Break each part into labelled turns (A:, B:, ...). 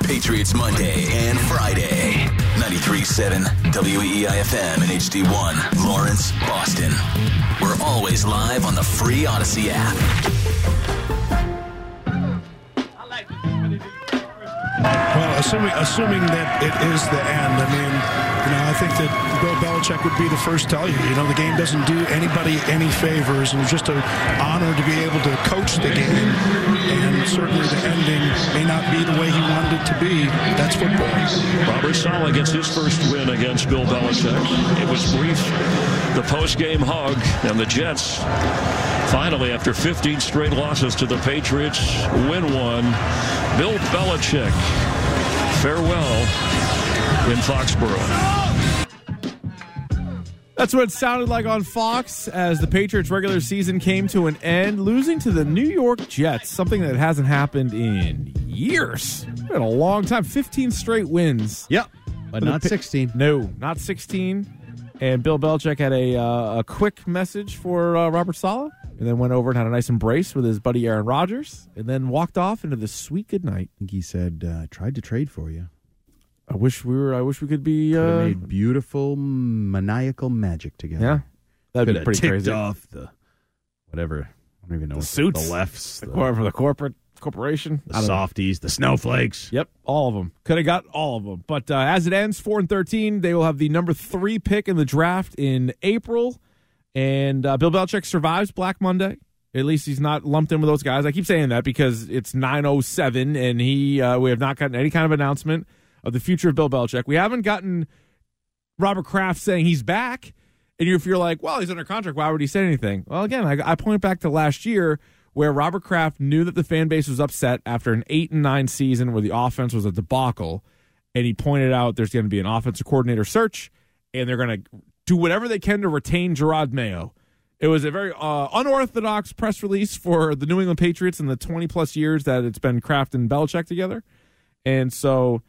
A: Patriots Monday and Friday. 93.7 E WEEIFM and HD1, Lawrence, Boston. We're always live on the free Odyssey app.
B: Well, assuming assuming that it is the end, I mean, you know, I think that Bill Belichick would be the first to tell you, you know, the game doesn't do anybody any favors, and it's just an honor to be able to coach the game. And certainly the ending may not be the way he wanted it to be. That's football.
C: Robert Sala gets his first win against Bill Belichick. It was brief, the post-game hug, and the Jets finally, after 15 straight losses to the Patriots, win one. Bill Belichick, farewell in Foxborough.
D: That's what it sounded like on Fox as the Patriots' regular season came to an end, losing to the New York Jets, something that hasn't happened in years. It's been a long time. 15 straight wins.
E: Yep. But
D: the
E: not
D: Pi-
E: 16.
D: No, not 16. And Bill Belichick had a, uh, a quick message for uh, Robert Sala and then went over and had a nice embrace with his buddy Aaron Rodgers and then walked off into the sweet goodnight.
E: I think he said, uh, tried to trade for you.
D: I wish we were, I wish we could be,
E: They
D: uh,
E: made beautiful, maniacal magic together.
D: yeah. That'd
E: Could
D: be
E: have
D: pretty
E: ticked
D: crazy.
E: off the whatever. I don't even know. what The
D: suits.
E: The lefts. The,
D: Or for the corporate corporation.
E: the
D: I don't know.
E: softies. The snowflakes.
D: Yep, all of them. Could have got all of them. But uh, as it ends, four and thirteen, they will have the number three pick in the draft in April. And uh, Bill Belichick survives Black Monday. At least he's not lumped in with those guys. I keep saying that because it's nine oh seven, and he uh, we have not gotten any kind of announcement of the future of Bill Belichick. We haven't gotten Robert Kraft saying he's back. And if you're like, well, he's under contract, why would he say anything? Well, again, I, I point back to last year where Robert Kraft knew that the fan base was upset after an eight and nine season where the offense was a debacle, and he pointed out there's going to be an offensive coordinator search, and they're going to do whatever they can to retain Gerard Mayo. It was a very uh, unorthodox press release for the New England Patriots in the 20 plus years that it's been Kraft and Belichick together. And so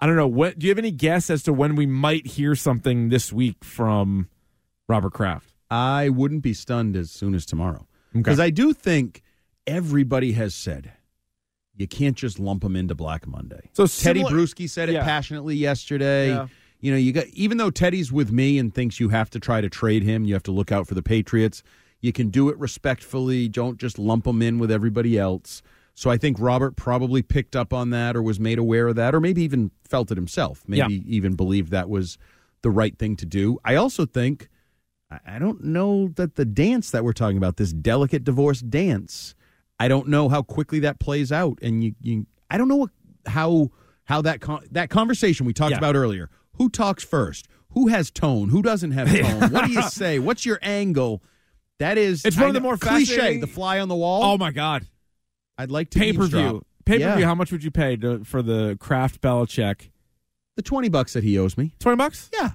D: I don't know. What do you have any guess as to when we might hear something this week from Robert Kraft?
E: I wouldn't be stunned as soon as tomorrow
D: Okay.
E: because I do think everybody has said you can't just lump them into Black Monday.
D: So
E: Teddy
D: similar-
E: Bruschi said it
D: Yeah.
E: passionately yesterday.
D: Yeah.
E: You know, you got even though Teddy's with me and thinks you have to try to trade him, you have to look out for the Patriots. You can do it respectfully. Don't just lump him in with everybody else. So I think Robert probably picked up on that or was made aware of that or maybe even felt it himself. Maybe even believed that was the right thing to do. I also think I- I don't know that the dance that we're talking about, this delicate divorce dance, I don't know how quickly that plays out, and you, you I don't know what, how how that con- that conversation we talked
D: Yeah.
E: about earlier. Who talks first? Who has tone? Who doesn't have tone? what do you say? What's your angle? That is,
D: It's one of
E: I
D: the
E: know-
D: more
E: cliche.
D: fascinating-
E: The fly on the wall.
D: Oh my God!
E: I'd like to
D: Pay per
E: eavesdrop.
D: view. Pay per view.
E: Yeah.
D: How much would you pay to, for the Kraft Belichick?
E: The twenty bucks that he owes me.
D: Twenty bucks.
E: Yeah,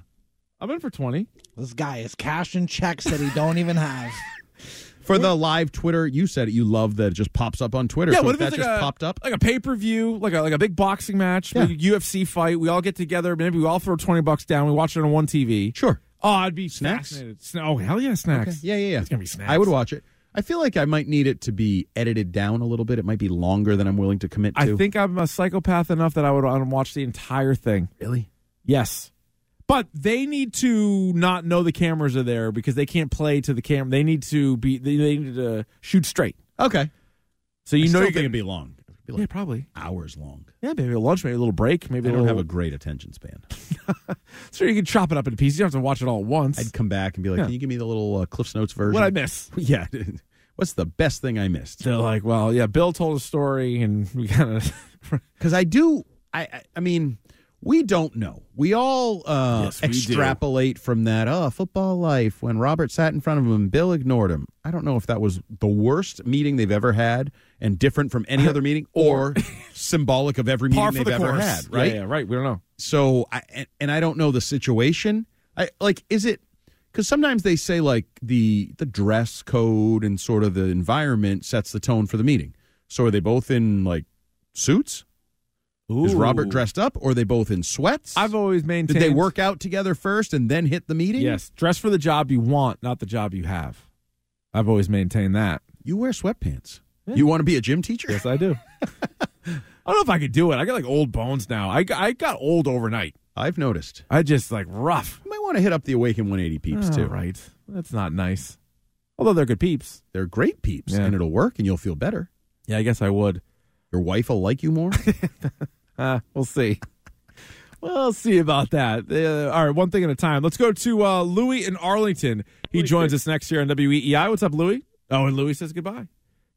D: I'm in for twenty.
F: This guy is cashing checks that he don't even have.
E: for the live Twitter. You said it. You love that it just pops up on Twitter. so if that just popped up?
D: like a pay per view, like a like a big boxing match,
E: Yeah.
D: maybe a UFC fight? We all get together. Maybe we all throw twenty bucks down. We watch it on one TV.
E: Sure.
D: Oh, I'd be
E: Snacks?
D: fascinated. Sna- oh hell yeah, snacks.
E: Yeah, yeah, yeah.
D: It's gonna be snacks.
E: I would watch it. I feel like I might need it to be edited down a little bit. It might be longer than I'm willing to commit to.
D: I think I'm a psychopath enough that I would um, watch the entire thing.
E: really.
D: Yes. But they need to not know the cameras are there because they can't play to the camera. They need to be they, they need to shoot straight.
E: Okay.
D: So you
E: I
D: know
E: still
D: you're
E: think
D: gonna
E: it'd be long. It'd be like
D: yeah probably
E: hours long.
D: yeah maybe a lunch maybe a little break maybe a
E: I don't
D: little
E: have a great attention span.
D: so you can chop it up into pieces. You don't have to watch it all at once.
E: I'd come back and be like,
D: Yeah.
E: "Can you give me the little uh, Cliff's Notes version?"
D: what I miss?
E: yeah. What's the best thing I missed?
D: They're like, well, yeah, Bill told a story and we kind of
E: Because I do. I, I. I mean, we don't know. We all uh,
D: Yes, we do.
E: extrapolate from that. Oh, football life. When Robert sat in front of him, and Bill ignored him. I don't know if that was the worst meeting they've ever had, and different from any other meeting, or symbolic of every meeting
D: par for
E: they've
D: the
E: ever
D: course.
E: had.
D: Yeah,
E: Right.
D: Yeah, right. We don't know.
E: So, I and, and I don't know the situation. I like is it because sometimes they say like the the dress code and sort of the environment sets the tone for the meeting. So are they both in like suits? Is Robert dressed up, or are they both in sweats?
D: I've always
E: Did
D: maintained.
E: they work out together first and then hit the meeting?
D: Yes, dress for the job you want, not the job you have. I've always maintained that.
E: You wear sweatpants. You want to be a gym teacher?
D: Yes, I do. I don't know if I could do it. I got like old bones now. I, got- I got old overnight.
E: I've noticed.
D: I just like rough.
E: You might want to hit up the Awaken 180 peeps
D: All
E: too.
D: Oh, right. That's not nice. Although they're good peeps.
E: They're great peeps,
D: Yeah.
E: and it'll work, and you'll feel better.
D: Yeah, I guess I would.
E: Your wife will like you more.
D: Uh, we'll see. we'll see about that. Uh, all right, one thing at a time. Let's go to uh, Louis in Arlington. He joins us next year on WEEI. What's up, Louis? Oh, and Louis says goodbye.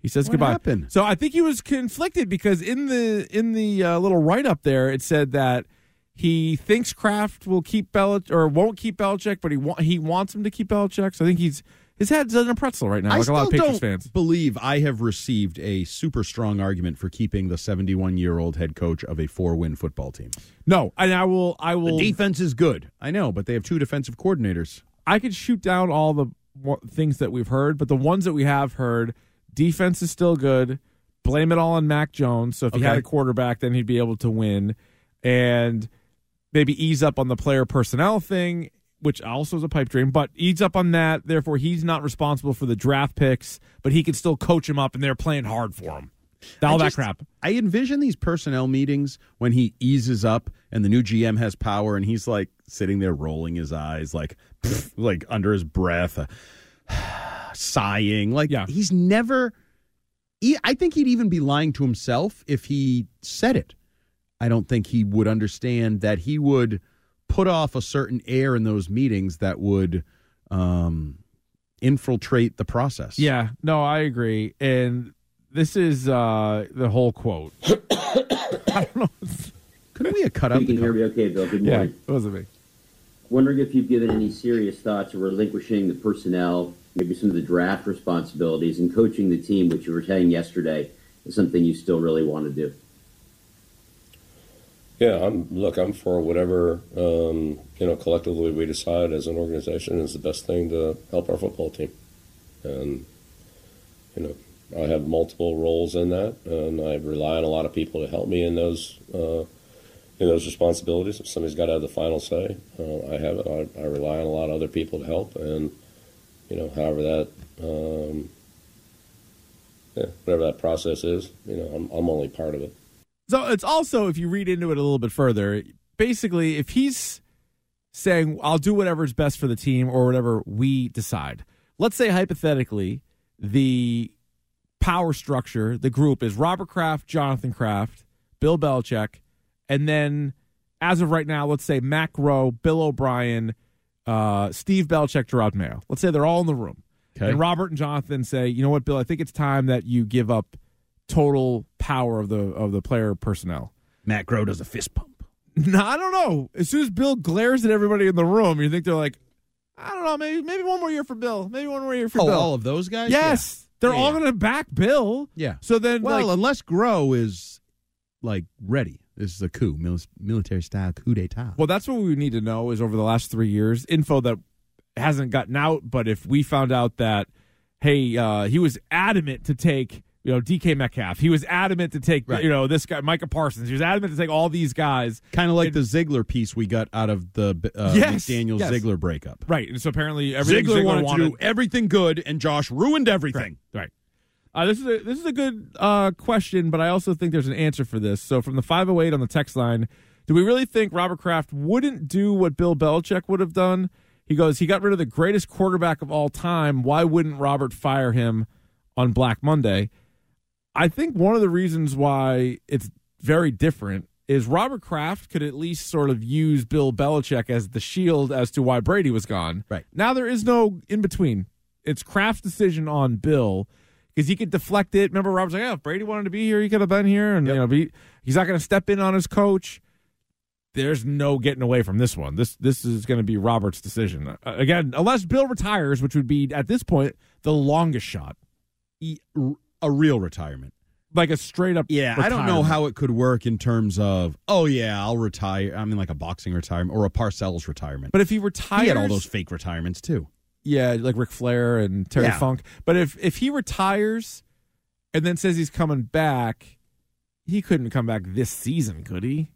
D: He says
E: What
D: goodbye.
E: happened?
D: So I think he was conflicted because in the in the uh, little write up there, it said that he thinks Kraft will keep Belichick or won't keep Belichick, but he wa- he wants him to keep Belichick. So I think he's his head's in a pretzel right now,
E: I
D: like a lot of
E: still
D: Patriots
E: don't
D: fans.
E: believe I have received a super strong argument for keeping the 71 year old head coach of a four win football team.
D: No, and I will I will
E: The defense is good. I know, but they have two defensive coordinators.
D: I could shoot down all the wa- things that we've heard, but the ones that we have heard, defense is still good. Blame it all on Mac Jones. So if he had
E: Okay.
D: a quarterback, then he'd be able to win, and maybe ease up on the player personnel thing, which also is a pipe dream. But ease up on that. Therefore, he's not responsible for the draft picks, but he can still coach him up, and they're playing hard for him. All
E: I
D: that
E: just-
D: crap.
E: I envision these personnel meetings when he eases up and the new GM has power and he's like sitting there rolling his eyes, like, pff, like under his breath, uh, sighing. Like,
D: Yeah.
E: he's never. He, I think he'd even be lying to himself if he said it. I don't think he would understand that he would put off a certain air in those meetings that would um, infiltrate the process.
D: Yeah, no, I agree. And this is uh the whole quote. I don't know.
E: Couldn't we have cut out
G: You can
E: the.
G: hear me okay, Bill. Good
D: Yeah,
G: morning.
D: it wasn't me.
G: Wondering if you've given any serious thought to relinquishing the personnel, maybe some of the draft responsibilities, and coaching the team, which you were saying yesterday, is something you still really want to do.
H: Yeah, I'm look. I'm for whatever um, you know collectively we decide as an organization is the best thing to help our football team, and you know I have multiple roles in that, and I rely on a lot of people to help me in those uh, in those responsibilities. If somebody's got to have the final say, uh, I have it. I, I rely on a lot of other people to help, and you know however that um, yeah, whatever that process is, you know I'm, I'm only part of it.
D: So it's also if you read into it a little bit further, basically if he's saying I'll do whatever's best for the team or whatever we decide. Let's say hypothetically the power structure, the group is Robert Kraft, Jonathan Kraft, Bill Belichick, and then as of right now, let's say Mac Rowe, Bill O'Brien, uh, Steve Belichick, Gerard Mayo. Let's say they're all in the room.
E: Okay.
D: And Robert and Jonathan say, you know what, Bill, I think it's time that you give up total power of the of the player personnel.
E: Matt Groh does a fist pump.
D: No, I don't know. As soon as Bill glares at everybody in the room, you think they're like, I don't know, maybe maybe one more year for Bill. Maybe one more year for
E: Oh,
D: Bill.
E: all of those guys?
D: yes. They're all gonna back Bill.
E: Yeah.
D: So then
E: Well,
D: like,
E: unless Grow is like ready, this is a coup, mil- military style coup d'état.
D: Well, that's what we need to know is over the last three years, info that hasn't gotten out. But if we found out that, hey, uh, he was adamant to take, you know, DK Metcalf. He was adamant to take,
E: Right.
D: you know, this guy, Micah Parsons. He was adamant to take all these guys.
E: kind of like the Ziggler piece we got out of the uh,
D: Yes,
E: Daniel
D: yes.
E: Ziggler breakup.
D: Right. And so apparently everything Ziegler
E: wanted, to do everything good, and Josh ruined everything.
D: Right. Uh, this is a this is a good uh, question, but I also think there's an answer for this. So from the 508 on the text line, do we really think Robert Kraft wouldn't do what Bill Belichick would have done? He goes, he got rid of the greatest quarterback of all time. Why wouldn't Robert fire him on Black Monday? I think one of the reasons why it's very different is Robert Kraft could at least sort of use Bill Belichick as the shield as to why Brady was gone.
E: Right.
D: Now there is no in between. It's Kraft's decision on Bill because he could deflect it. Remember, Robert's like, oh, if Brady wanted to be here, he could have been here. And, you know, be, he's not going to step in on his coach. There's no getting away from this one. This this is going to be Robert's decision. Uh, again, unless Bill retires, which would be at this point the longest shot,
E: E- r- a real retirement.
D: like a straight up.
E: Yeah, I don't know
D: retirement.
E: how it could work in terms of, oh, yeah, I'll retire. I mean, like a boxing retirement or a Parcells retirement.
D: But if he retires,
E: he had all those fake retirements, too.
D: yeah, like Ric Flair and Terry
E: Yeah.
D: Funk. But if if he retires and then says he's coming back, he couldn't come back this season, could he?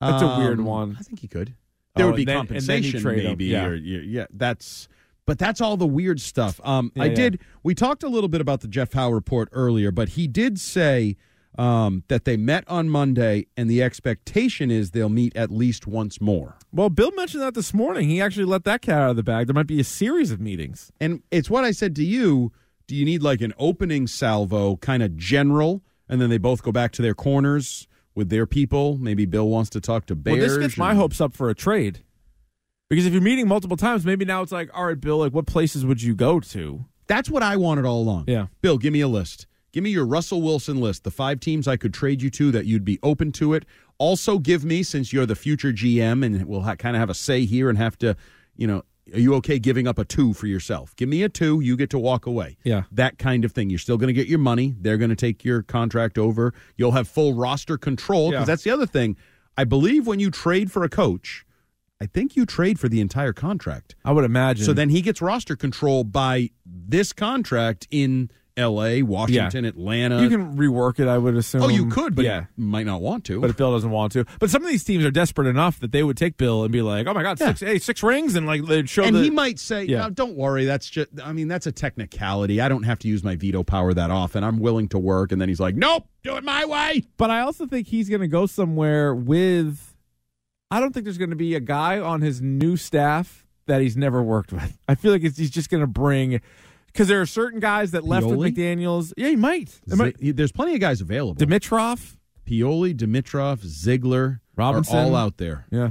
D: That's a weird one.
E: I think he could. There
D: Oh,
E: would be
D: and then- and then you
E: compensation,
D: trade him,
E: maybe.
D: yeah.
E: Or, yeah, yeah, that's. But that's all the weird stuff. Um,
D: Yeah,
E: I
D: yeah.
E: did. We talked a little bit about the Jeff Howe report earlier, but he did say um, that they met on Monday, and the expectation is they'll meet at least once more.
D: Well, Bill mentioned that this morning. He actually let that cat out of the bag. There might be a series of meetings.
E: And it's what I said to you. Do you need like an opening salvo, kind of general, and then they both go back to their corners with their people? Maybe Bill wants to talk to Bears.
D: Well, this gets my
E: and-
D: hopes up for a trade. Because if you're meeting multiple times, maybe now it's like, all right, Bill, like what places would you go to?
E: That's what I wanted all along.
D: Yeah.
E: Bill, give me a list. Give me your Russell Wilson list, the five teams I could trade you to that you'd be open to it. Also, give me, since you're the future GM and will ha- kind of have a say here and have to, you know, are you okay giving up a two for yourself? Give me a two, you get to walk away.
D: Yeah.
E: That kind of thing. You're still going to get your money. They're going to take your contract over. You'll have full roster control because
D: Yeah.
E: that's the other thing. I believe when you trade for a coach, I think you trade for the entire contract.
D: I would imagine.
E: So then he gets roster control by this contract in L.A., Washington, Atlanta.
D: you can rework it, I would assume.
E: oh, you could, but
D: yeah.
E: you might not want to.
D: But if Bill doesn't want to, but some of these teams are desperate enough that they would take Bill and be like, "Oh my God,
E: Yeah.
D: six, hey, six rings," and like they'd show
E: and
D: the
E: he might say,
D: Yeah.
E: "No, don't worry. That's just. I mean, that's a technicality. I don't have to use my veto power that often. I'm willing to work." And then he's like, "Nope, do it my way."
D: But I also think he's going to go somewhere with. I don't think there's going to be a guy on his new staff that he's never worked with. I feel like it's, he's just going to bring because there are certain guys that left
E: Pioli?
D: with McDaniel's. Yeah, he might. It
E: Z-
D: might-
E: There's plenty of guys available.
D: Dimitrov.
E: Pioli, Dimitrov, Ziegler,
D: Robinson.
E: are all out there.
D: Yeah.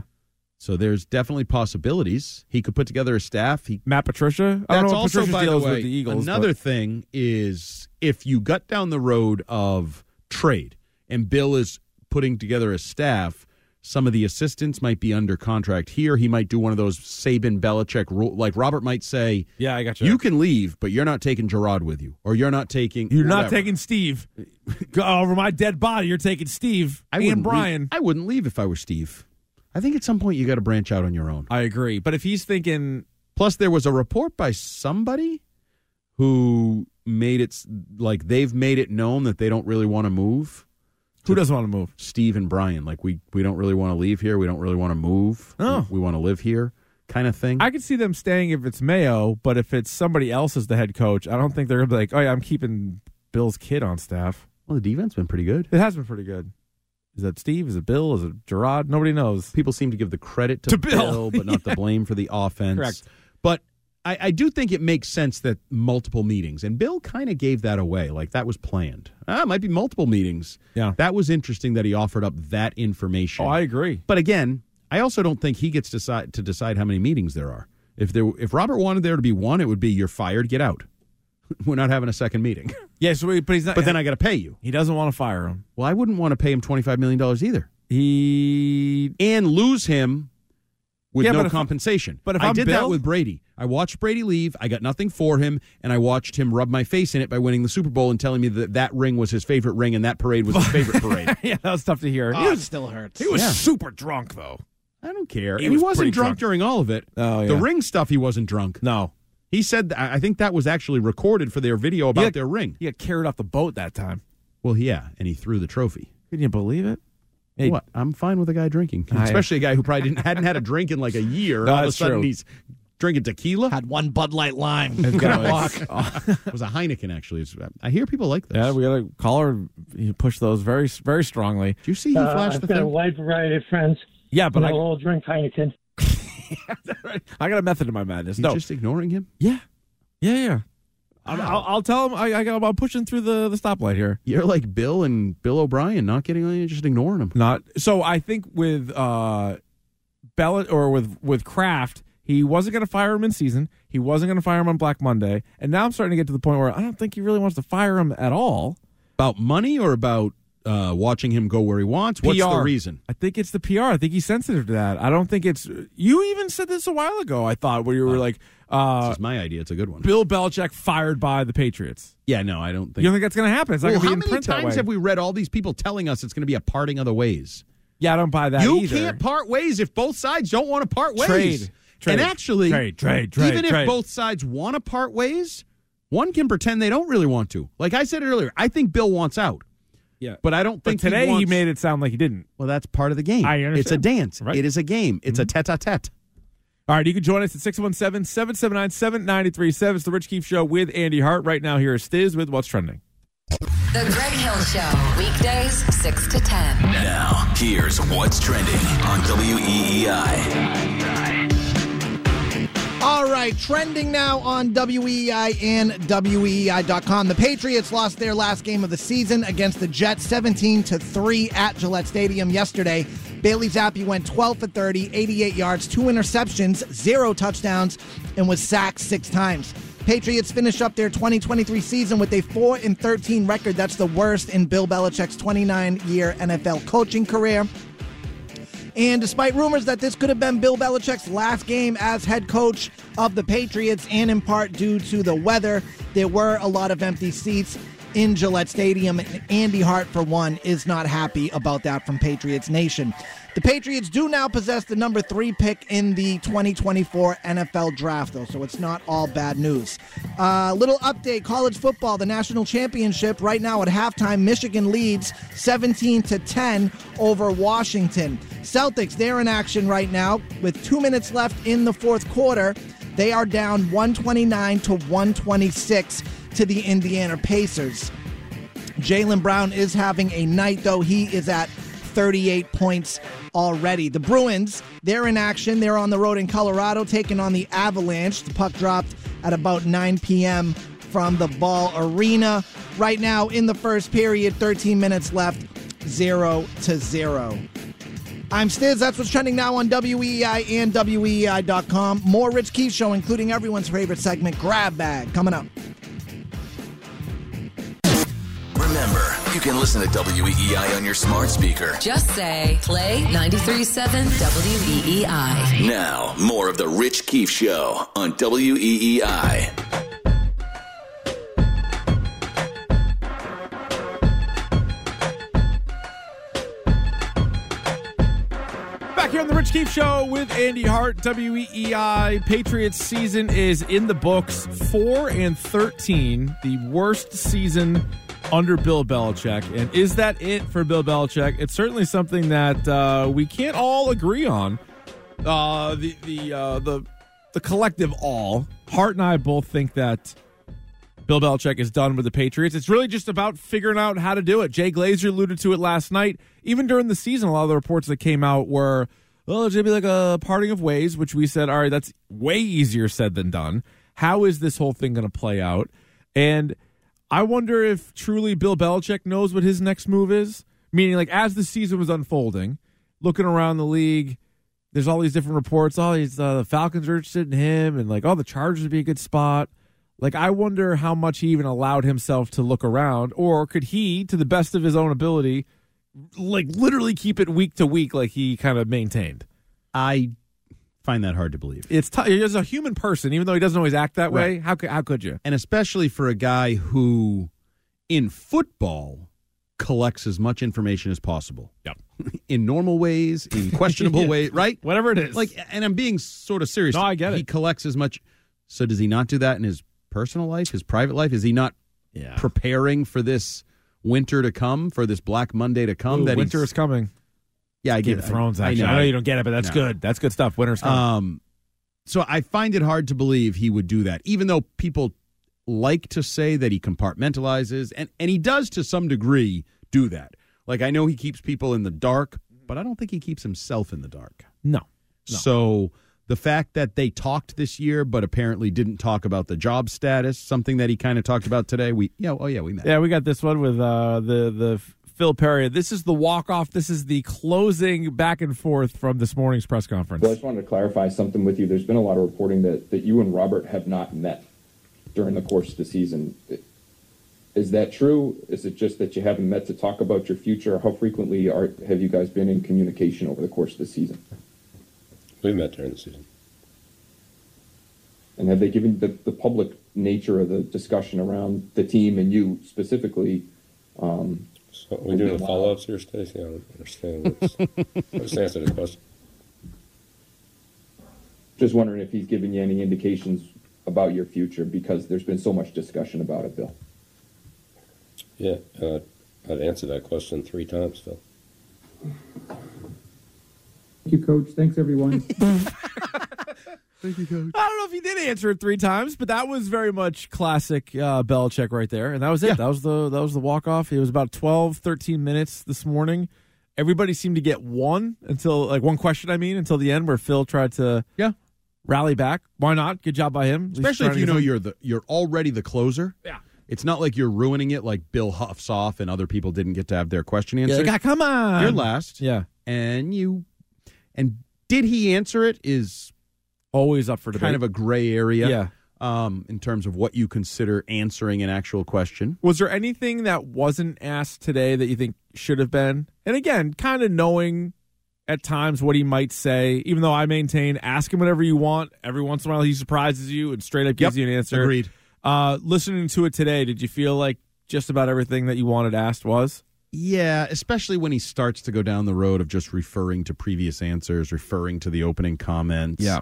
E: So there's definitely possibilities. He could put together a staff. He
D: Matt Patricia. I don't
E: That's
D: know what
E: also,
D: Patricia's
E: by
D: deal
E: the
D: is
E: way,
D: with the Eagles.
E: another
D: but-
E: thing is if you got down the road of trade and Bill is putting together a staff, some of the assistants might be under contract here. He might do one of those Saban Belichick rule. Like Robert might say,
D: yeah, I got you.
E: you can leave, but you're not taking Gerard with you, or you're not taking.
D: You're not
E: whatever."
D: taking Steve Go over my dead body. You're taking Steve
E: I
D: and
E: wouldn't
D: Brian.
E: Leave. I wouldn't leave if I were Steve. I think at some point you got to branch out on your own.
D: I agree, but if he's thinking
E: Plus, there was a report by somebody who made it s- like they've made it known that they don't really want to move.
D: who doesn't want to move,
E: Steve and Brian, like we we don't really want to leave here. We don't really want to move.
D: Oh.
E: We, want to live here, kind of thing.
D: I could see them staying if it's Mayo, but if it's somebody else as the head coach, I don't think they're gonna be like, oh yeah, I'm keeping Bill's kid on staff.
E: well, the defense been pretty good.
D: It has been pretty good. Is that Steve? Is it Bill? Is it Gerard? Nobody knows.
E: People seem to give the credit to,
D: To Bill.
E: but not the blame for the offense.
D: Correct.
E: But I, I do think it makes sense that multiple meetings, and Bill kind of gave that away, like that was planned. Ah, it might be multiple meetings.
D: Yeah.
E: That was interesting that he offered up that information.
D: Oh, I agree.
E: But again, I also don't think he gets to decide, to decide how many meetings there are. If there, if Robert wanted there to be one, it would be you're fired, get out. We're not having a second meeting.
D: Yes, yeah, so, but he's not.
E: But then I got to pay you.
D: he doesn't want to fire him.
E: Well, I wouldn't want to pay him twenty five million dollars either,
D: He
E: and lose him with
D: Yeah,
E: no
D: but if-
E: compensation.
D: but if
E: I
D: I'm
E: did that
D: Bill-
E: with Brady, I watched Brady leave. I got nothing for him, and I watched him rub my face in it by winning the Super Bowl and telling me that that ring was his favorite ring and that parade was his favorite parade.
D: yeah, that was tough to hear.
F: Oh, it still hurts.
D: he was
E: Yeah.
D: super drunk though.
E: I don't care.
D: He
E: And He,
D: was
E: was
D: pretty
E: not drunk,
D: drunk.
E: during all of it.
D: Oh,
E: The
D: yeah.
E: ring stuff, he wasn't drunk.
D: No,
E: He said, th- I I think that was actually recorded for their video about
D: Yeah.
E: their ring.
D: he got carried off the boat that time.
E: Well, yeah, and he threw the trophy.
D: Can you believe it? Hey,
E: What? I'm fine with a guy drinking,
D: I-
E: especially a guy who probably didn't, hadn't had a drink in like a year.
D: No,
E: All of a
D: that's
E: sudden,
D: true.
E: he's drinking tequila.
F: Had one Bud Light Lime.
D: got it.
F: Couldn't walk.
E: It was a Heineken, actually. It's, I hear people like this.
D: Yeah, we gotta call her. You push those very, very strongly.
E: Did you see he flashed
I: Uh, I've
E: the
I: got a
E: thing?
I: wide variety of friends.
D: Yeah, but
I: But I'll
D: I,
I: all drink Heineken.
D: I got a method to my madness.
E: You
D: No,
E: just ignoring him?
D: yeah, yeah, yeah. I'm, I'll, I'll tell him I, I got, I'm pushing through the, the stoplight here.
E: You're like Bill and Bill O'Brien, not getting on you, just ignoring him.
D: Not so. I think with uh, Bell or with with Kraft, he wasn't gonna fire him in season. He wasn't gonna fire him on Black Monday, and now I'm starting to get to the point where I don't think he really wants to fire him at all.
E: About money or about uh, watching him go where he wants? What's the
D: PR.
E: reason?
D: I think it's the PR. I think he's sensitive to that. I don't think it's. You even said this a while ago. I thought where you were like. Uh,
E: This is my idea. It's a good one.
D: Bill Belichick fired by the Patriots.
E: Yeah, no, I don't think.
D: You don't think that's going to happen? It's not
E: Well,
D: going
E: how
D: to be in
E: many
D: print that way.
E: times have we read all these people telling us it's going to be a parting of the ways?
D: yeah, I don't buy that
E: you
D: either.
E: can't part ways if both sides don't want to part ways.
D: Trade. Trade.
E: And actually,
D: Trade, trade, trade,
E: even
D: trade.
E: if both sides want to part ways, one can pretend they don't really want to. Like I said earlier, I think Bill wants out,
D: yeah,
E: but I don't
D: but
E: think
D: today
E: he,
D: he,
E: wants,
D: made it sound like he didn't.
E: Well, that's part of the game.
D: I understand.
E: It's a dance.
D: Right. Mm-hmm.
E: It is a game. It's a tete-a-tete.
D: All right, you can join us at 617 779 7937. It's the Rich Keefe Show with Andy Hart. Right now, here is Stiz with What's Trending.
I: The Greg Hill Show, weekdays 6 to 10.
A: Now, here's what's trending on E WEEI.
F: All right, trending now on WEI and WEI.com. The Patriots lost their last game of the season against the Jets 17 to 3 at Gillette Stadium yesterday. Bailey Zappi went 12 for 30, 88 yards, two interceptions, zero touchdowns, and was sacked six times. Patriots finish up their 2023 season with a 4 and 13 record. That's the worst in Bill Belichick's 29 year NFL coaching career. And despite rumors that this could have been Bill Belichick's last game as head coach of the Patriots, and in part due to the weather, there were a lot of empty seats in Gillette Stadium. And Andy Hart, for one, is not happy about that from Patriots Nation. The Patriots do now possess the number three pick in the 2024 NFL draft, though, so it's not all bad news. Uh, little update college football, the national championship. Right now at halftime, Michigan leads 17 to 10 over Washington. Celtics, they're in action right now with two minutes left in the fourth quarter. They are down 129 to 126 to the Indiana Pacers. Jalen Brown is having a night, though. He is at 38 points already. The Bruins, they're in action. They're on the road in Colorado, taking on the Avalanche. The puck dropped at about 9 p.m. from the Ball Arena. Right now, in the first period, 13 minutes left, 0 to 0. I'm Stiz. That's what's trending now on WEI and E WEI.com. More Rich Keefe Show, including everyone's favorite segment, Grab Bag, coming up.
A: Remember, you can listen to WEEI on your smart speaker.
I: Just say, play 93.7 E WEEI.
A: Now, more of The Rich Keefe Show on E WEEI.
D: Back here on the Rich Keefe Show with Andy Hart, WEEI. Patriots season is in the books, four and thirteen, the worst season under Bill Belichick. And is that it for Bill Belichick? It's certainly something that uh, we can't all agree on. Uh, the the uh, the the collective all Hart and I both think that Bill Belichick is done with the Patriots. It's really just about figuring out how to do it. Jay Glazer alluded to it last night. Even during the season, a lot of the reports that came out were, well, it's going to be like a parting of ways, which we said, all right, that's way easier said than done. How is this whole thing going to play out? And I wonder if truly Bill Belichick knows what his next move is. Meaning, like, as the season was unfolding, looking around the league, there's all these different reports. All these uh, the Falcons are interested in him, and like, oh, the Chargers would be a good spot. Like, I wonder how much he even allowed himself to look around, or could he, to the best of his own ability, like literally keep it week to week, like he kind of maintained.
E: I find that hard to believe.
D: It's tough. As a human person, even though he doesn't always act that way, how could how could you?
E: and especially for a guy who in football collects as much information as possible.
D: Yep.
E: in normal ways, in questionable ways, right?
D: Whatever it is,
E: Like and I'm being sort of serious.
D: No, I get
E: He
D: it.
E: collects as much so does he not do that in his personal life, his private life? Is he not
D: yeah.
E: preparing for this winter to come, for this Black Monday to come
D: Ooh,
E: that
D: winter
E: he's,
D: is coming.
E: Yeah, I
D: Game
E: get
D: of
E: it.
D: Thrones.
E: I, I
D: Actually, I,
E: know.
D: know you don't get it, but that's
E: No.
D: good. That's good stuff. Winter's coming.
E: Um, so I find it hard to believe he would do that, even though people like to say that he compartmentalizes, and, and he does to some degree do that. Like, I know he keeps people in the dark, but I don't think he keeps himself in the dark.
D: no,
E: So the fact that they talked this year, but apparently didn't talk about the job status, something that he kind of talked about today, we, yeah, oh, yeah, we met.
D: Yeah, we got this one with uh, the the Phil Perry. This is the walk off. This is the closing back and forth from this morning's press conference.
J: Well, I just wanted to clarify something with you. There's been a lot of reporting that, that you and Robert have not met during the course of the season. Is that true? Is it just that you haven't met to talk about your future? How frequently are, have you guys been in communication over the course of the season?
H: We've met during the season.
J: And have they given the, the public nature of the discussion around the team and you specifically? um,
H: So we doing the follow ups here, Stacy? I don't understand what's, what's the answer to the question.
J: Just wondering if he's given you any indications about your future because there's been so much discussion about it, Bill.
H: Yeah, uh, I'd answer that question three times, Phil.
J: Thank you, Coach. Thanks, everyone.
E: Thank you, coach.
D: I don't know if he did answer it three times, but that was very much classic uh, Belichick right there, and that was it. That was the that was the walk off. It was about 12, 13 minutes this morning. Everybody seemed to get one until like one question. I mean, until the end where Phil tried to
E: Yeah.
D: rally back. Why not? Good job by him, At least
E: Especially if
D: trying
E: you
D: to
E: know
D: get
E: you're the you're already the closer.
D: Yeah.
E: It's not like you're ruining it like Bill huffs off and other people didn't get to have their question
D: some-
E: answered.
D: Like, "Ah, come on,
E: you're last.
D: Yeah,
E: And you and did he answer it is
D: always up for debate.
E: kind of a gray area.
D: Yeah.
E: Um, in terms of what you consider answering an actual question.
D: Was there anything that wasn't asked today that you think should have been? And again, kind of knowing at times what he might say, even though I maintain ask him whatever you want. Every once in a while, he surprises you and straight up gives you an answer.
E: Agreed.
D: Uh, listening to it today, did you feel like just about everything that you wanted asked was?
E: Yeah, especially when he starts to go down the road of just referring to previous answers, referring to the opening comments.
D: Yeah.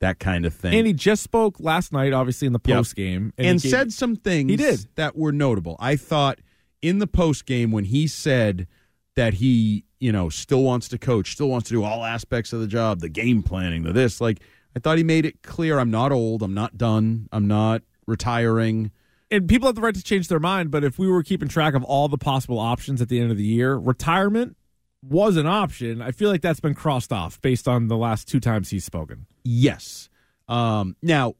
E: That kind of thing.
D: And he just spoke last night, obviously in the
E: Yep.
D: post game,
E: and,
D: he gave-
E: said some things
D: He did.
E: that were notable. I thought in the post game when he said that he, you know, still wants to coach, still wants to do all aspects of the job, the game planning, the this, like I thought he made it clear I'm not old, I'm not done, I'm not retiring.
D: and people have the right to change their mind, but if we were keeping track of all the possible options at the end of the year, retirement was an option. I feel like that's been crossed off based on the last two times he's spoken.
E: Yes. Um, now,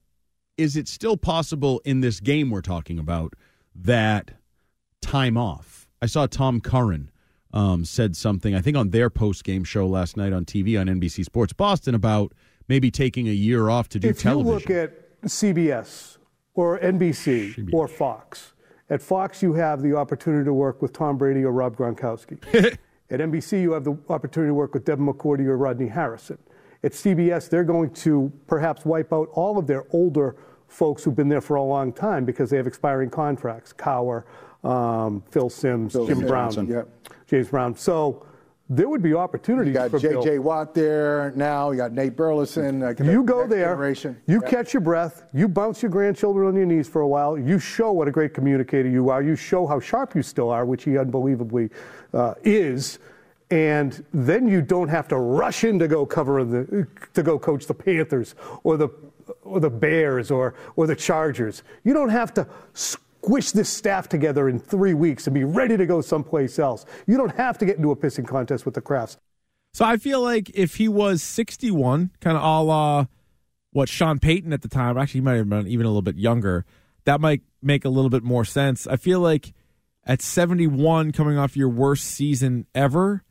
E: is it still possible in this game we're talking about that time off? I saw Tom Curran um, said something, I think, on their post game show last night on TV on NBC Sports Boston about maybe taking a year off to do
K: if
E: television.
K: you look at CBS or NBC or Fox, at Fox you have the opportunity to work with Tom Brady or Rob Gronkowski. at NBC you have the opportunity to work with Devin McCourty or Rodney Harrison. At CBS they're going to perhaps wipe out all of their older folks who've been there for a long time because they have expiring contracts. Cower, um, Phil Sims, Jim Brown, James Brown. So there would be opportunities for Bill.
B: Watt there now. You got Nate Burleson.
K: You go there, you catch your breath, you bounce your grandchildren on your knees for a while, you show what a great communicator you are, you show how sharp you still are, which he unbelievably uh, is, and then you don't have to rush in to go cover the to go coach the Panthers or the or the Bears or or the Chargers. You don't have to squish this staff together in three weeks and be ready to go someplace else. You don't have to get into a pissing contest with the Crafts.
D: So I feel like if he was 61, kind of a la what Sean Payton at the time, actually, he might have been even a little bit younger, that might make a little bit more sense. I feel like at 71, coming off your worst season ever,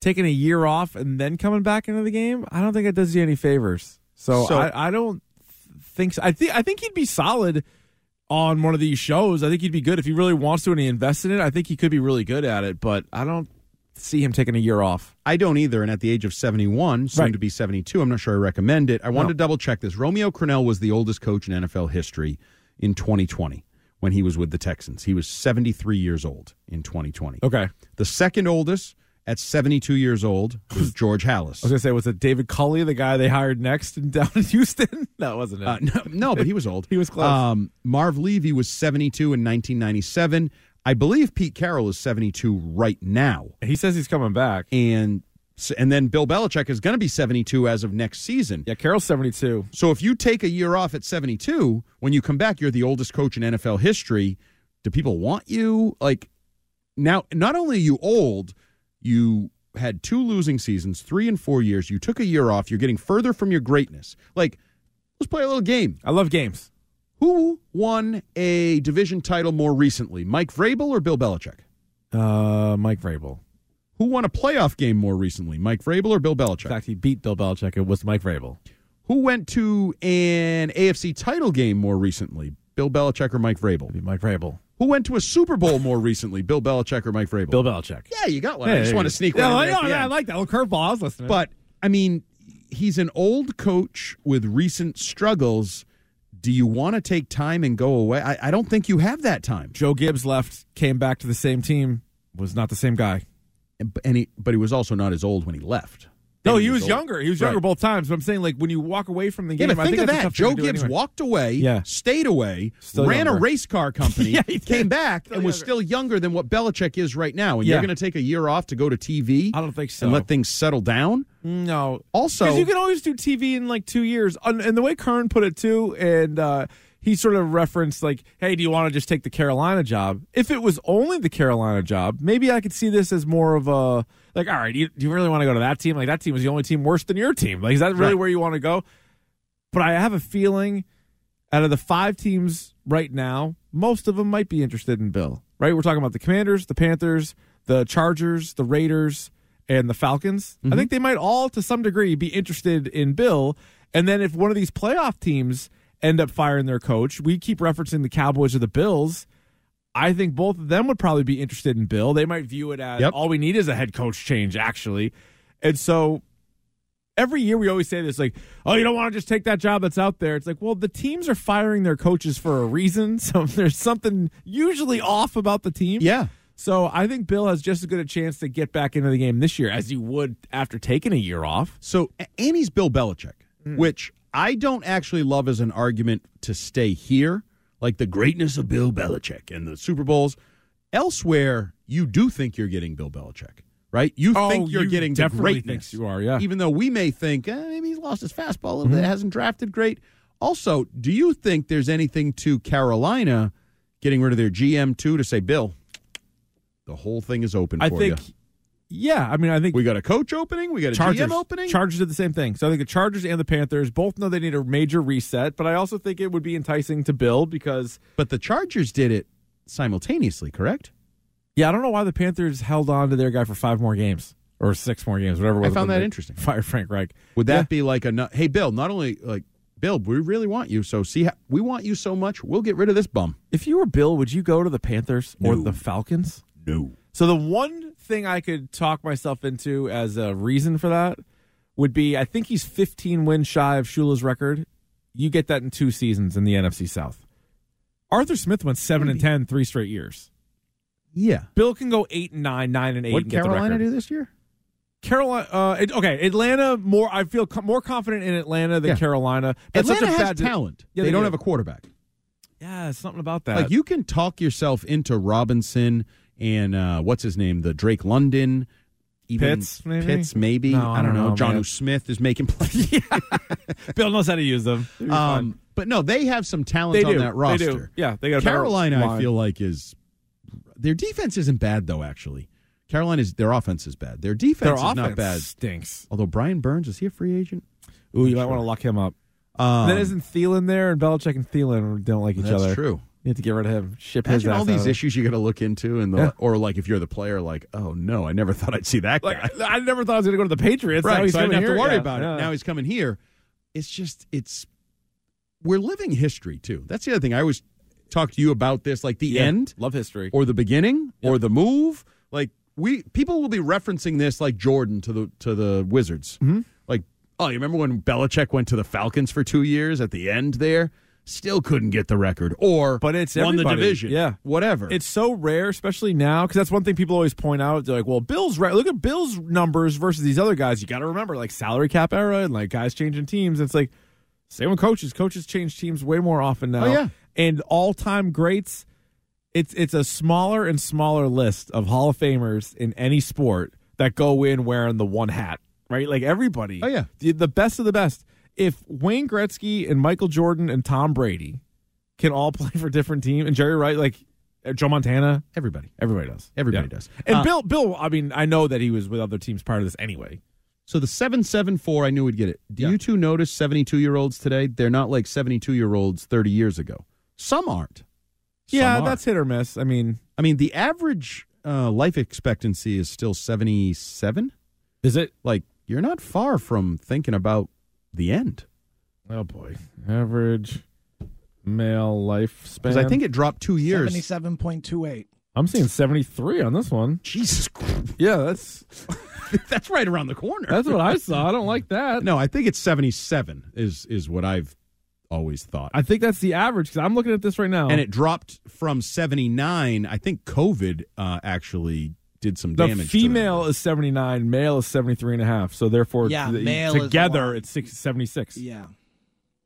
D: taking a year off and then coming back into the game, I don't think it does you any favors. So,
E: So-
D: I, I don't think so. I, think I think he'd be solid on one of these shows. I think he'd be good if he really wants to and he invests in it. I think he could be really good at it, but I don't see him taking a year off.
E: I don't either. And at the age of 71, soon
D: Right.
E: to be 72, I'm not sure I recommend it. I wanted to double check this. Romeo Cornell was the oldest coach in NFL history in 2020 when he was with the Texans. He was 73 years old in 2020.
D: Okay.
E: The second oldest at 72 years old was George Hallis.
D: I was gonna say, was it David Culley, the guy they hired next in down in Houston? That wasn't it.
E: Uh, no, no, but he was old.
D: He was close.
E: Um, Marv Levy was 72 in 1997. I believe Pete Carroll is 72 right now.
D: he says he's coming back.
E: And s- and then Bill Belichick is going to be 72 as of next season.
D: Yeah, Carroll's seventy two.
E: So if you take a year off at 72, when you come back, you're the oldest coach in NFL history. Do people want you? Like now, not only are you old, you had two losing seasons, three and four years. You took a year off. You're getting further from your greatness. Like, let's play a little game.
D: I love games.
E: Who won a division title more recently, Mike Vrabel or Bill Belichick?
D: Uh, Mike Vrabel.
E: Who won a playoff game more recently, Mike Vrabel or Bill Belichick?
D: In fact, he beat Bill Belichick. It was Mike Vrabel.
E: Who went to an AFC title game more recently, Bill Belichick or Mike Vrabel?
D: Beat Mike Vrabel.
E: Who went to a Super Bowl more recently, Bill Belichick or Mike Vrabel?
D: Bill Belichick.
E: yeah, you got one.
D: Hey,
E: I just
D: there
E: want
D: you
E: to
D: go.
E: sneak
D: Yeah,
E: one. in
D: I,
E: there at
D: know,
E: the
D: yeah, I
E: end.
D: like that little curveball. I was listening.
E: but I mean, he's an old coach with recent struggles. Do you want to take time and go away? I, I don't think you have that time.
D: Joe Gibbs left, came back to the same team, was not the same guy.
E: And, and he, but he was also not as old when he left.
D: No,
E: Then
D: he was
E: old.
D: younger. He was younger
E: Right.
D: both times. But I'm saying, like, when you walk away from the
E: Yeah,
D: game,
E: but
D: I
E: think
D: think
E: of
D: that's a
E: that.
D: tough thing
E: Joe
D: to do
E: Gibbs
D: anyway.
E: walked away,
D: Yeah.
E: stayed away,
D: Still
E: ran a
D: younger.
E: race car company,
D: Yeah, he did.
E: came back, and was
D: younger.
E: still younger than what Belichick is right now. And
D: Yeah.
E: you're going to take a year off to go to TV?
D: I don't think so.
E: And let things settle down?
D: No.
E: Also,
D: Because you can always do TV in like two years. And, and the way Kern put it too, and uh, he sort of referenced like, "Hey, do you want to just take the Carolina job?" If it was only the Carolina job, maybe I could see this as more of a like, "All right, you, do you really want to go to that team? Like that team was the only team worse than your team. Like is that really
E: Right.
D: where you want to go?" But I have a feeling out of the five teams right now, most of them might be interested in Bill. Right? We're talking about the Commanders, the Panthers, the Chargers, the Raiders, and the Falcons. I think they might all, to some degree, be interested in Bill. And then if one of these playoff teams end up firing their coach, we keep referencing the Cowboys or the Bills. I think both of them would probably be interested in Bill. They might view it as
E: Yep.
D: all we need is a head coach change, actually. And so every year we always say this like oh you don't want to just take that job that's out there it's like well the teams are firing their coaches for a reason so there's something usually off about the team
E: yeah.
D: so i think bill has just as good a chance to get back into the game this year as he would after taking a year off
E: So, A- and he's Bill Belichick,
D: Mm.
E: which I don't actually love as an argument to stay here, like the greatness of Bill Belichick and the Super Bowls. Elsewhere, you do think you're getting Bill Belichick, right? You
D: Oh,
E: think you're
D: you
E: getting the
D: definitely
E: greatness.
D: thinks you are, yeah. Mm-hmm.
E: Even though we may think eh, maybe he's lost his fastball a little bit, hasn't drafted great. Also, do you think there's anything to Carolina getting rid of their GM too to say, Bill, the whole thing is open
D: i
E: for
D: think
E: you.
D: yeah i mean i think
E: We got a coach opening. We got a
D: Chargers.
E: GM opening.
D: Chargers did the same thing. So I think the Chargers and the Panthers both know they need a major reset, but I also think it would be enticing to Bill because
E: But the Chargers did it simultaneously, correct?
D: yeah, I don't know why the Panthers held on to their guy for five more games or six more games, whatever. it
E: I
D: was
E: found
D: when
E: that
D: they
E: interesting.
D: Fired Frank Reich.
E: Would that
D: Yeah.
E: be like a nu- hey, Bill? Not only like Bill, we really want you. So see, how, we want you so much, we'll get rid of this bum.
D: If you were Bill, would you go to the Panthers or
E: No.
D: the Falcons?
E: No,
D: So the one thing I could talk myself into as a reason for that would be I think he's 15 wins shy of Shula's record. You get that in two seasons in the NFC South. Arthur Smith went seven and ten three straight years.
E: yeah.
D: Bill can go eight and nine, nine and eight.
E: What
D: and get the
E: Carolina
D: record.
E: do this year?
D: Carolina, uh, it- okay, Atlanta. More, I feel co- more confident in Atlanta than
E: Yeah.
D: Carolina. That's
E: Atlanta
D: such a
E: has
D: bad
E: talent.
D: Yeah,
E: they,
D: they
E: don't
D: do.
E: have a quarterback.
D: Yeah, something about that.
E: Like you can talk yourself into Robinson and uh, what's his name, the Drake London, even
D: Pitts, maybe?
E: Pitts, maybe.
D: No,
E: I don't know. John
D: man.
E: Smith is making plays.
D: Bill knows how to use them.
E: um, but no, they have some talent
D: they
E: on
D: do.
E: that roster.
D: They do. Yeah, they got a better
E: Carolina, I
D: line.
E: feel like is their defense isn't bad though. Actually, Carolina's their offense is bad. Their defense
D: Their
E: is
D: offense
E: not bad.
D: stinks.
E: Although Brian Burns is he a free agent?
D: Ooh, you might want to lock him up.
E: Um,
D: then isn't Thielen there, and Belichick and Thielen don't like each
E: that's
D: other.
E: true.
D: You have to get rid of him. Ship his
E: Imagine
D: ass
E: all
D: out
E: these
D: of
E: issues you got to look into, and the
D: Yeah.
E: or like if you're the player, like oh no, I never thought I'd see that guy.
D: Like, I never thought I was going to go to the Patriots. Now
E: right,
D: he's
E: so I didn't
D: coming
E: have to
D: here.
E: worry
D: Yeah,
E: about
D: yeah.
E: it. Now he's coming here. It's just it's we're living history too. That's the other thing. I always talk to you about this, like the
D: Yeah.
E: end.
D: Love history.
E: or the beginning or the move. Like we people will be referencing this like Jordan to the to the Wizards.
D: Mm-hmm.
E: Like oh, you remember when Belichick went to the Falcons for two years at the end there, still couldn't get the record or
D: But it's
E: won
D: everybody.
E: the division.
D: Yeah.
E: whatever.
D: It's so rare, especially now, because that's one thing people always point out. They're like, "Well, Bill's right. Look at Bill's numbers versus these other guys." You got to remember, like salary cap era and like guys changing teams. It's like same with coaches. Coaches change teams way more often now.
E: Oh, yeah.
D: And all time greats, it's it's a smaller and smaller list of Hall of Famers in any sport that go in wearing the one hat, right? Like everybody.
E: Oh, yeah.
D: the, the best of the best. If Wayne Gretzky and Michael Jordan and Tom Brady can all play for different team. And Jerry Wright, like uh, Joe Montana,
E: everybody.
D: everybody does.
E: Everybody does.
D: And
E: Uh,
D: Bill, Bill, I mean, I know that he was with other teams prior to this anyway.
E: So the seven seven four, I knew would get it. Do
D: Yeah.
E: you two notice seventy two year olds today? They're not like seventy two year olds thirty years ago. Some aren't. Some
D: yeah,
E: are.
D: that's hit or miss. I mean,
E: I mean, the average uh, life expectancy is still seventy seven.
D: is it?
E: like you're not far from thinking about the end
D: Oh boy, average male lifespan.
E: because I think it dropped two years.
F: 77.28.
D: I'm seeing 73 on this one.
E: Jesus, Christ.
D: Yeah, that's
E: that's right around the corner.
D: that's what I saw. I don't like that.
E: no, I think it's seventy-seven is is what I've always thought,
D: I think that's the average because I'm looking at this right now.
E: and it dropped from seventy-nine. I think COVID uh, actually did some
D: the
E: damage. to
D: female is 79, male is 73 and a half. So therefore,
F: Yeah,
D: the-
F: male is
D: together
F: low.
D: it's six, 76.
F: Yeah.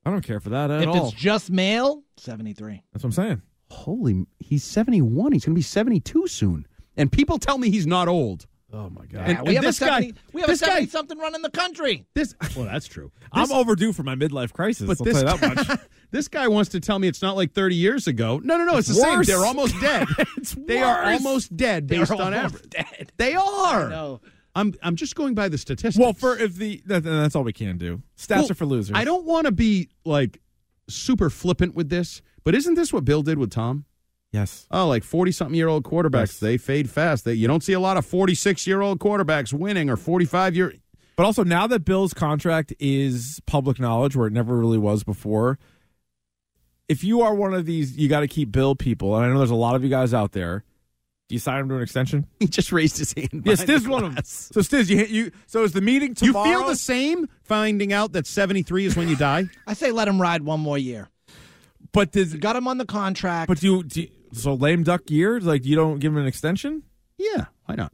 D: I don't care for that at
F: if
D: all.
F: it's just male, 73.
D: That's what I'm saying.
E: Holy, he's seventy-one. He's going to be seventy-two soon, and people tell me he's not old.
D: Oh my god!
F: Yeah, we have a
D: this guy,
F: 70, we have a
D: this guy,
F: 70 something run in the country.
E: This,
D: well, that's true.
E: This-
D: I'm overdue for my midlife crisis.
E: but
D: I'll
E: this,
D: tell you that much.
E: this guy wants to tell me it's not like 30 years ago. No, no, no. It's,
D: It's
E: the
D: worse.
E: same. They're almost dead.
D: It's
E: they are
D: worse.
E: almost dead based on average.
F: Dead.
E: They are.
F: know.
E: I'm I'm just going by the statistics.
D: well, for if the that, that's all we can do. Stats
E: Well,
D: are for losers.
E: I don't want to be like super flippant with this, but isn't this what Bill did with Tom?
D: Yes.
E: Oh, like 40 something year old quarterbacks,
D: Yes.
E: they fade fast. They, you don't see a lot of 46 year old quarterbacks winning or 45 year.
D: But also now that Bill's contract is public knowledge where it never really was before, if you are one of these you got to keep Bill people, and I know there's a lot of you guys out there, do you sign him to an extension?
E: He just raised his hand.
D: Yes,
E: behind
D: Stiz
E: the
D: one of them.
E: glass.
D: So Stiz, you you so is the meeting
E: You
D: tomorrow?
E: feel the same finding out that 73 is when you die?
F: I say let him ride one more year.
D: but does,
F: Got him on the contract.
D: but do you, do you- so lame duck year? Like you don't give him an extension?
E: yeah, why not?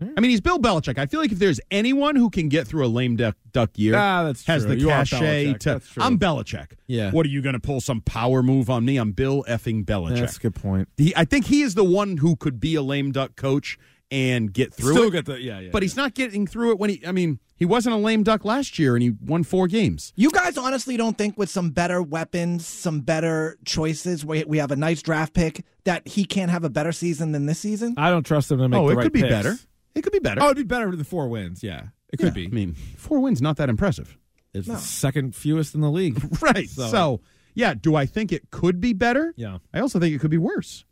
E: I mean, he's Bill Belichick. I feel like if there's anyone who can get through a lame duck, duck year,
D: Ah, that's
E: has
D: true.
E: the
D: You are
E: cachet
D: Belichick.
E: to.
D: That's true.
E: I'm Belichick.
D: Yeah.
E: What are you going to pull some power move on me? I'm Bill effing Belichick.
D: That's a good point.
E: He, I think he is the one who could be a lame duck coach and get through
D: Still
E: it.
D: get the yeah yeah.
E: but he's not getting through it when he. I mean, he wasn't a lame duck last year, and he won four games.
F: You guys honestly don't think with some better weapons, some better choices, we, we have a nice draft pick that he can't have a better season than this season?
D: I don't trust him to make.
E: oh,
D: the
E: it
D: right
E: could be
D: picks.
E: better. It could be better.
D: Oh, it'd be better than four wins. Yeah, it could be.
E: I mean, four wins not that impressive,
D: It's the second fewest in the league.
E: right? So,
D: So-
E: yeah, do I think it could be better?
D: Yeah.
E: I also think it could be worse.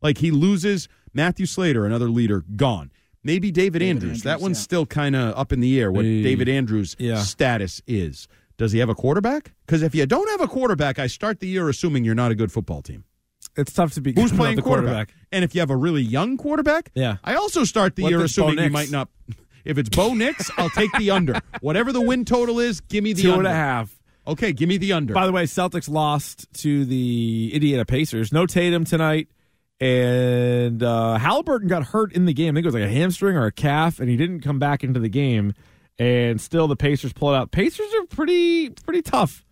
E: Like he loses Matthew Slater, another leader, gone. Maybe David, Andrews. That
F: Andrews,
E: one's
F: yeah.
E: still kind of up in the air. What
D: Hey.
E: David Andrews'
D: Yeah.
E: status is? Does he have a quarterback? Because if you don't have a quarterback, I start the year assuming you're not a good football team.
D: It's tough to be.
E: Who's
D: not
E: playing
D: the
E: quarterback? And if you have a really young quarterback,
D: Yeah.
E: I also start the
D: What if
E: year
D: it's Bo
E: assuming you
D: Nix?
E: might not. If it's Bo Nix, I'll take the under. Whatever the win total is, give me the
D: Two
E: under.
D: and a half.
E: Okay, give me the under.
D: By the way, Celtics lost to the Indiana Pacers. No Tatum tonight, and uh, Halliburton got hurt in the game. I think it was like a hamstring or a calf, and he didn't come back into the game. And still, the Pacers pull it out. Pacers are pretty pretty tough.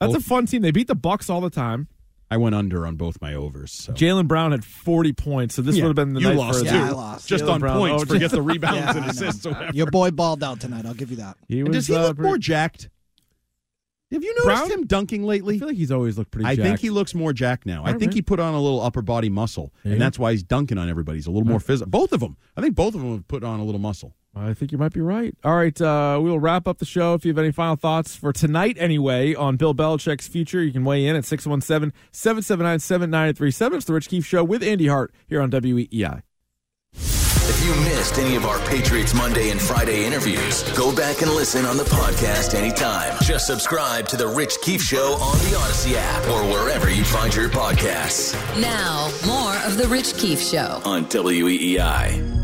D: That's a fun team. They beat the Bucks all the time.
E: I went under on both my overs. So.
D: Jalen Brown had forty points, so this
E: Yeah.
D: would have been the
E: you
D: night
E: lost
D: for
E: too.
F: Yeah, I lost.
E: Just
D: Jaylen
E: on
D: Brown.
E: points,
D: Oh,
E: forget
D: yeah.
E: the rebounds
F: Yeah, I
E: and
F: know.
E: assists. or whatever.
F: Your boy balled out tonight. I'll give you that.
D: He
E: And
D: was,
E: does he
D: uh,
E: look
D: pretty-
E: more jacked? Have you noticed
D: Brown?
E: him dunking
D: I
E: lately?
D: feel like he's always looked pretty.
E: I think
D: jacked.
E: he looks more jacked now. I
D: All
E: think
D: right.
E: he put on a little upper body muscle,
D: Yeah.
E: and that's why he's dunking on everybody. He's a little more physical. Both of them. I think both of them have put on a little muscle.
D: I think you might be right. All right, uh, we will wrap up the show. If you have any final thoughts for tonight, anyway, on Bill Belichick's future, you can weigh in at 617 779 7937. It's the Rich Keefe Show with Andy Hart here on E WEEI.
A: If you missed any of our Patriots Monday and Friday interviews, go back and listen on the podcast anytime. Just subscribe to The Rich Keefe Show on the Odyssey app or wherever you find your podcasts
I: Now, more of The Rich Keefe Show.
A: on E WEEI.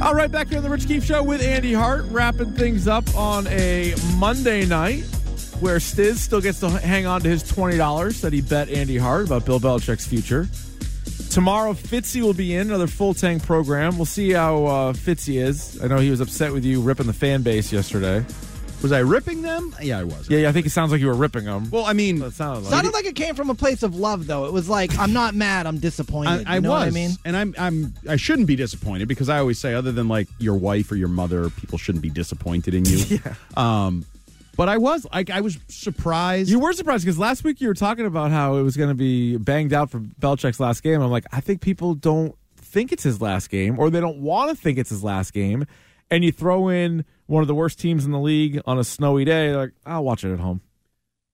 D: All right, back here on the Rich Keefe Show with Andy Hart, wrapping things up on a Monday night where Stiz still gets to hang on to his $20 that he bet Andy Hart about Bill Belichick's future. Tomorrow, Fitzy will be in another full tank program. We'll see how uh, Fitzy is. I know he was upset with you ripping the fan base yesterday.
E: Was I ripping them? Yeah, I was.
D: Yeah, yeah, I think it sounds like you were ripping them.
E: Well, I mean,
D: That sounded like.
F: Sounded like it came from a place of love, though. It was like, I'm not mad, I'm
E: I,
F: disappointed.
E: I
F: you know
E: was,
F: what I mean?
E: and I'm, I'm, I shouldn't be disappointed because I always say, other than like your wife or your mother, people shouldn't be disappointed in you. yeah. Um, but I was, like, I was surprised.
D: you were surprised because last week you were talking about how it was going to be banged out for Belichick's last game. I'm like, I think people don't think it's his last game, or they don't want to think it's his last game. And you throw in one of the worst teams in the league on a snowy day, they're like, I'll watch it at home.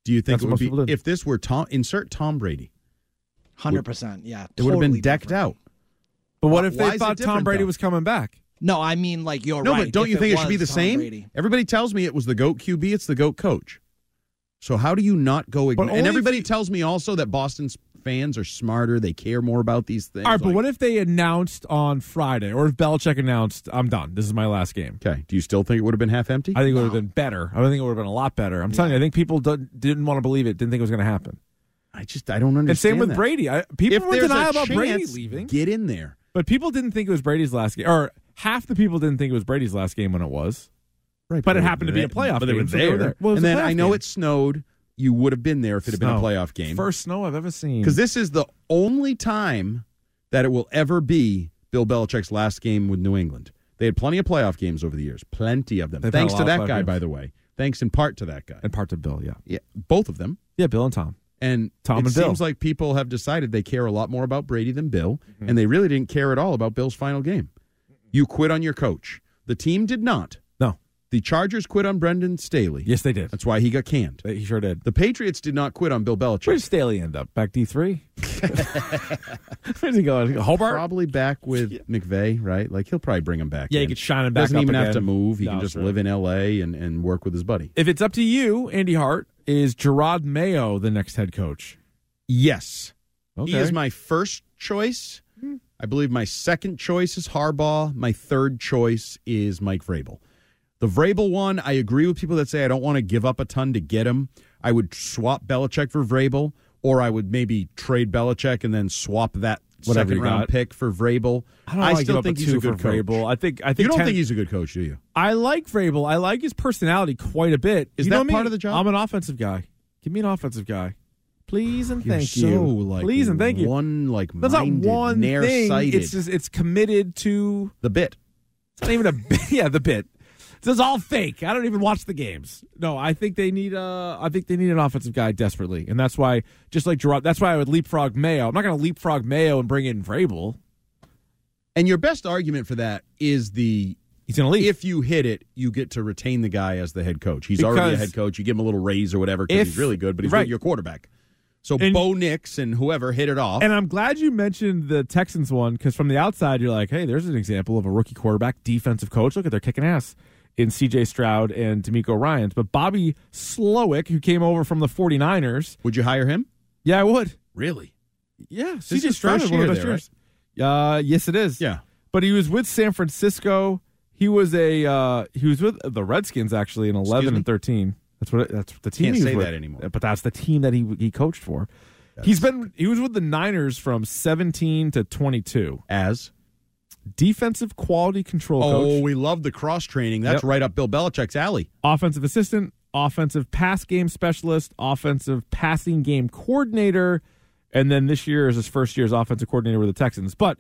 E: Do you think
D: That's
E: it
D: what
E: would
D: most
E: be
D: people did.
E: if this were Tom? Insert Tom Brady.
F: 100%. Yeah.
E: It would have
F: totally
E: been decked
F: different.
E: out.
D: But what
E: Why-
D: if
E: why
D: they
E: is it
D: thought Tom
E: different,
D: Brady
E: though?
D: was coming back?
F: No, I mean, like, you're
E: No,
F: right.
E: but don't
F: If
E: you think it should be the
F: was Tom
E: same?
F: Brady.
E: Everybody tells me it was the goat QB. It's the goat coach. So how do you not go? Ign-
D: only
E: and
D: if
E: everybody
D: you-
E: tells me also that Boston's fans are smarter. They care more about these things.
D: All right, but
E: Like-
D: what if they announced on Friday, or if Belichick announced, I'm done, this is my last game?
E: Okay. Do you still think it would have been half empty?
D: I think it would have been better. I think it would have been a lot better. I'm telling you, I think people don't- didn't want to believe it, didn't think it was going to happen.
E: I just I don't understand.
D: And same with
E: that.
D: Brady. I, people
E: if
D: were in
E: there's
D: denial
E: a
D: about
E: chance,
D: Brady leaving,
E: get in there.
D: but people didn't think it was Brady's last game, or half the people didn't think it was Brady's last game when it was.
E: Right,
D: But it
E: they
D: happened
E: were
D: to be a
E: there-
D: playoff
E: But they were
D: game, so they
E: there.
D: were there. Well, it was
E: and
D: a
E: then
D: playoff
E: I know
D: game.
E: it snowed. You would have been there if it had been a
D: Snow.
E: playoff game.
D: Hmm. First snow I've ever seen.
E: Because this is the only time that it will ever be Bill Belichick's last game with New England. They had plenty of playoff games over the years, plenty of them.
D: They've had
E: Thanks
D: a
E: to
D: lot of
E: that
D: playoff
E: guy,
D: games.
E: by the way. Thanks in part to that guy.
D: and part to Bill. Yeah,
E: Yeah, both of them.
D: yeah, Bill and Tom.
E: And
D: Tom
E: it
D: and Bill.
E: seems like people have decided they care a lot more about Brady than Bill,
D: Mm-hmm.
E: and they really didn't care at all about Bill's final game. You quit on your coach. The team did not.
D: No,
E: The Chargers quit on Brendan Staley.
D: yes, they did.
E: That's why he got canned.
D: They- He sure did.
E: The Patriots did not quit on Bill
D: Where
E: Belichick.
D: did Staley end up? Back D three. Where's he going? Hobart.
E: Probably back with McVay, right? Like he'll probably bring him back.
D: Yeah, he
E: in.
D: could shine him back
E: Doesn't
D: up
E: even have
D: again.
E: to move. He
D: No,
E: can just
D: sure.
E: live in L.A. and and work with his buddy.
D: If it's up to you, Andy Hart, is Gerard Mayo the next head coach?
E: Yes,
D: Okay.
E: he is my first choice. I believe my second choice is Harbaugh. My third choice is Mike Vrabel. The Vrabel one, I agree with people that say I don't want to give up a ton to get him. I would swap Belichick for Vrabel, or I would maybe trade Belichick and then swap that
D: Whatever you
E: second round
D: got.
E: pick for Vrabel.
D: I don't know. I
E: still
D: give up
E: think
D: a
E: he's
D: two
E: a good
D: for
E: coach.
D: Vrabel. I think. I think.
E: you don't
D: ten-
E: think he's a good coach, do you?
D: I like Vrabel. I like his personality quite a bit.
E: Is
D: You know
E: that
D: me?
E: part of the job?
D: I'm an offensive guy. Give me an offensive guy, please and
E: You're
D: thank
E: so,
D: you.
E: Like,
D: please and thank you.
E: One like
D: That's not
E: minded,
D: one thing.
E: nearsighted.
D: It's just it's committed to.
E: the bit.
D: It's not even a bit. yeah the bit. This is all fake. I don't even watch the games. No, I think they need a. I think they need an offensive guy desperately, and that's why just like Gerard, that's why I would leapfrog Mayo. I'm not going to leapfrog Mayo and bring in Vrabel.
E: And your best argument for that is the
D: He's going to leave.
E: if you hit it, you get to retain the guy as the head coach. He's already a
D: Because-
E: head coach. You give him a little raise or whatever because
D: If-
E: he's really good, but he's
D: right.
E: not your quarterback. So
D: And-
E: Bo Nix and whoever hit it off.
D: And I'm glad you mentioned the Texans one because from the outside, you're like, hey, there's an example of a rookie quarterback, defensive coach. Look at they're kicking ass in CJ Stroud and D'Amico Ryans. But Bobby Slowick, who came over from the 49ers,
E: would you hire him?
D: yeah, I would.
E: Really?
D: Yeah,
E: is
D: CJ
E: his
D: Stroud
E: first
D: is one of the
E: year
D: best
E: there,
D: years. Uh, yes, it is.
E: Yeah.
D: But he was with San Francisco. He was a uh, he was with the Redskins actually in eleven
E: me?
D: and thirteen. That's what it, that's the team.
E: Can't
D: he was
E: say
D: with.
E: that anymore.
D: But that's the team that he he coached for. He's been he was with the Niners from seventeen to twenty two.
E: As
D: Defensive quality control
E: oh,
D: coach,
E: we love the cross training. That's
D: Yep.
E: right up Bill Belichick's alley.
D: offensive assistant, offensive pass game specialist, offensive passing game coordinator, and then this year is his first year as offensive coordinator with the Texans. But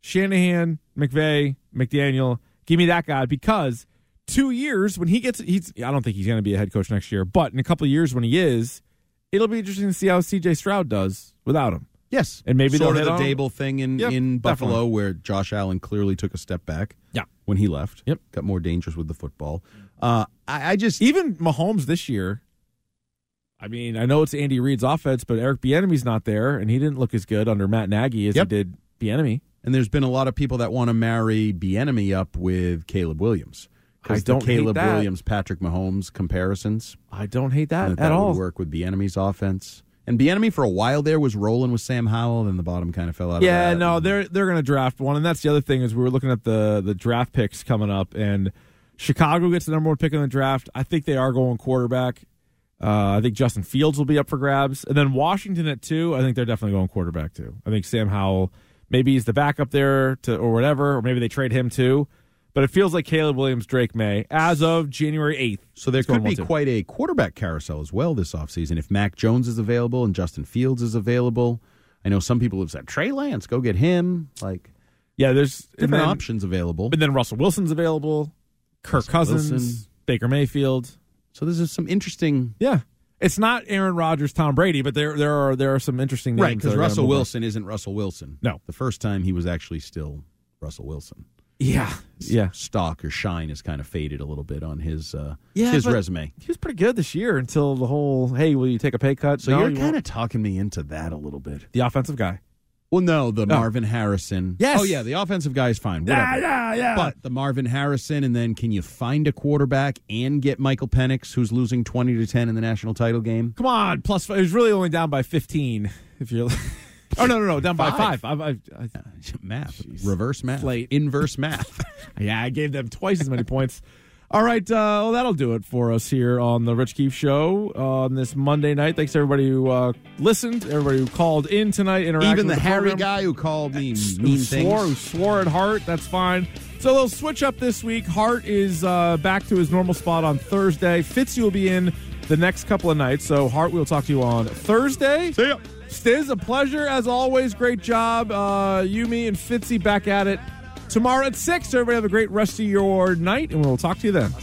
D: Shanahan, McVay, McDaniel, give me that guy because two years when he gets he's I don't think he's going to be a head coach next year, but in a couple of years when he is, it'll be interesting to see how CJ Stroud does without him.
E: Yes,
D: And maybe
E: sort
D: they'll
E: of the
D: hit on-
E: Dable thing in
D: Yep,
E: in Buffalo,
D: definitely.
E: where Josh Allen clearly took a step back.
D: Yeah.
E: when he left.
D: Yep. E-
E: got more dangerous with the football. Uh, I, I just
D: Even Mahomes this year, I mean, I know it's Andy Reid's offense, but Eric Bieniemy's not there, and he didn't look as good under Matt Nagy as
E: Yep.
D: he did Bieniemy.
E: And there's been a lot of people that want to marry Bienemy up with Caleb Williams.
D: I
E: Because the
D: don't hate
E: Caleb
D: that.
E: Williams, Patrick Mahomes comparisons.
D: I don't hate that
E: and
D: at
E: that that
D: all.
E: would work with Bienemy's offense. And Bienemy for a while there was rolling with Sam Howell, then the bottom kind of fell out
D: Yeah,
E: of that.
D: no, they're they're going to draft one, and that's the other thing is we were looking at the the draft picks coming up, and Chicago gets the number one pick in the draft. I think they are going quarterback. Uh, I think Justin Fields will be up for grabs, and then Washington at two. I think they're definitely going quarterback too. I think Sam Howell maybe he's the backup there to or whatever, or maybe they trade him too. But it feels like Caleb Williams, Drake May, as of January eighth.
E: So there could be quite a quarterback carousel as well this offseason if Mac Jones is available and Justin Fields is available. I know some people have said, Trey Lance, go get him. Like,
D: yeah. There's and
E: different
D: then-
E: options available.
D: and then Russell Wilson's available, Kirk
E: Russell
D: Cousins,
E: Wilson.
D: Baker Mayfield.
E: So this is some interesting
D: Yeah. It's not Aaron Rodgers, Tom Brady, but there there are there are some interesting names.
E: Right,
D: that
E: because
D: are gonna
E: Russell
D: move up.
E: Wilson isn't Russell Wilson.
D: No.
E: The first time he was actually still Russell Wilson.
D: Yeah. Yeah.
E: Stock or shine has kind of faded a little bit on his uh,
D: Yeah,
E: his
D: but-
E: resume.
D: He was pretty good this year until the whole hey, will you take a pay cut?
E: So
D: No,
E: you're
D: you
E: kind
D: won't.
E: of talking me into that a little bit.
D: the offensive guy.
E: Well, no, the Marvin Harrison.
D: Oh. Yes.
E: Oh yeah, the offensive guy is fine. Whatever.
D: yeah, yeah.
E: But the Marvin Harrison, and then can you find a quarterback and get Michael Penix, who's losing twenty to ten in the national title game?
D: come on, plus five. it was really only down by 15 if you're Oh no, no, no, down by 5. I, I, I,
E: math, reverse math,
D: Slate.
E: inverse math.
D: yeah, I gave them twice as many points. All right, uh, well, that'll do it for us here on the Rich Keefe Show on this Monday night. Thanks to everybody who uh, listened, everybody who called in tonight, interacted
E: Even the,
D: with the
E: Harry
D: program.
E: guy who called me
D: s-
E: mean
D: who swore, who
E: things.
D: swore at Hart. That's fine. So they'll switch up this week. Hart is uh, back to his normal spot on Thursday. Fitzy will be in the next couple of nights. So Hart, we'll talk to you on Thursday.
E: See ya.
D: Stiz, a pleasure as always. Great job. Uh, you, me, and Fitzy back at it tomorrow at 6. Everybody have a great rest of your night, and we'll talk to you then.
L: Do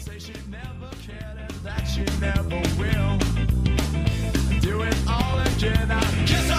L: it all again. I guess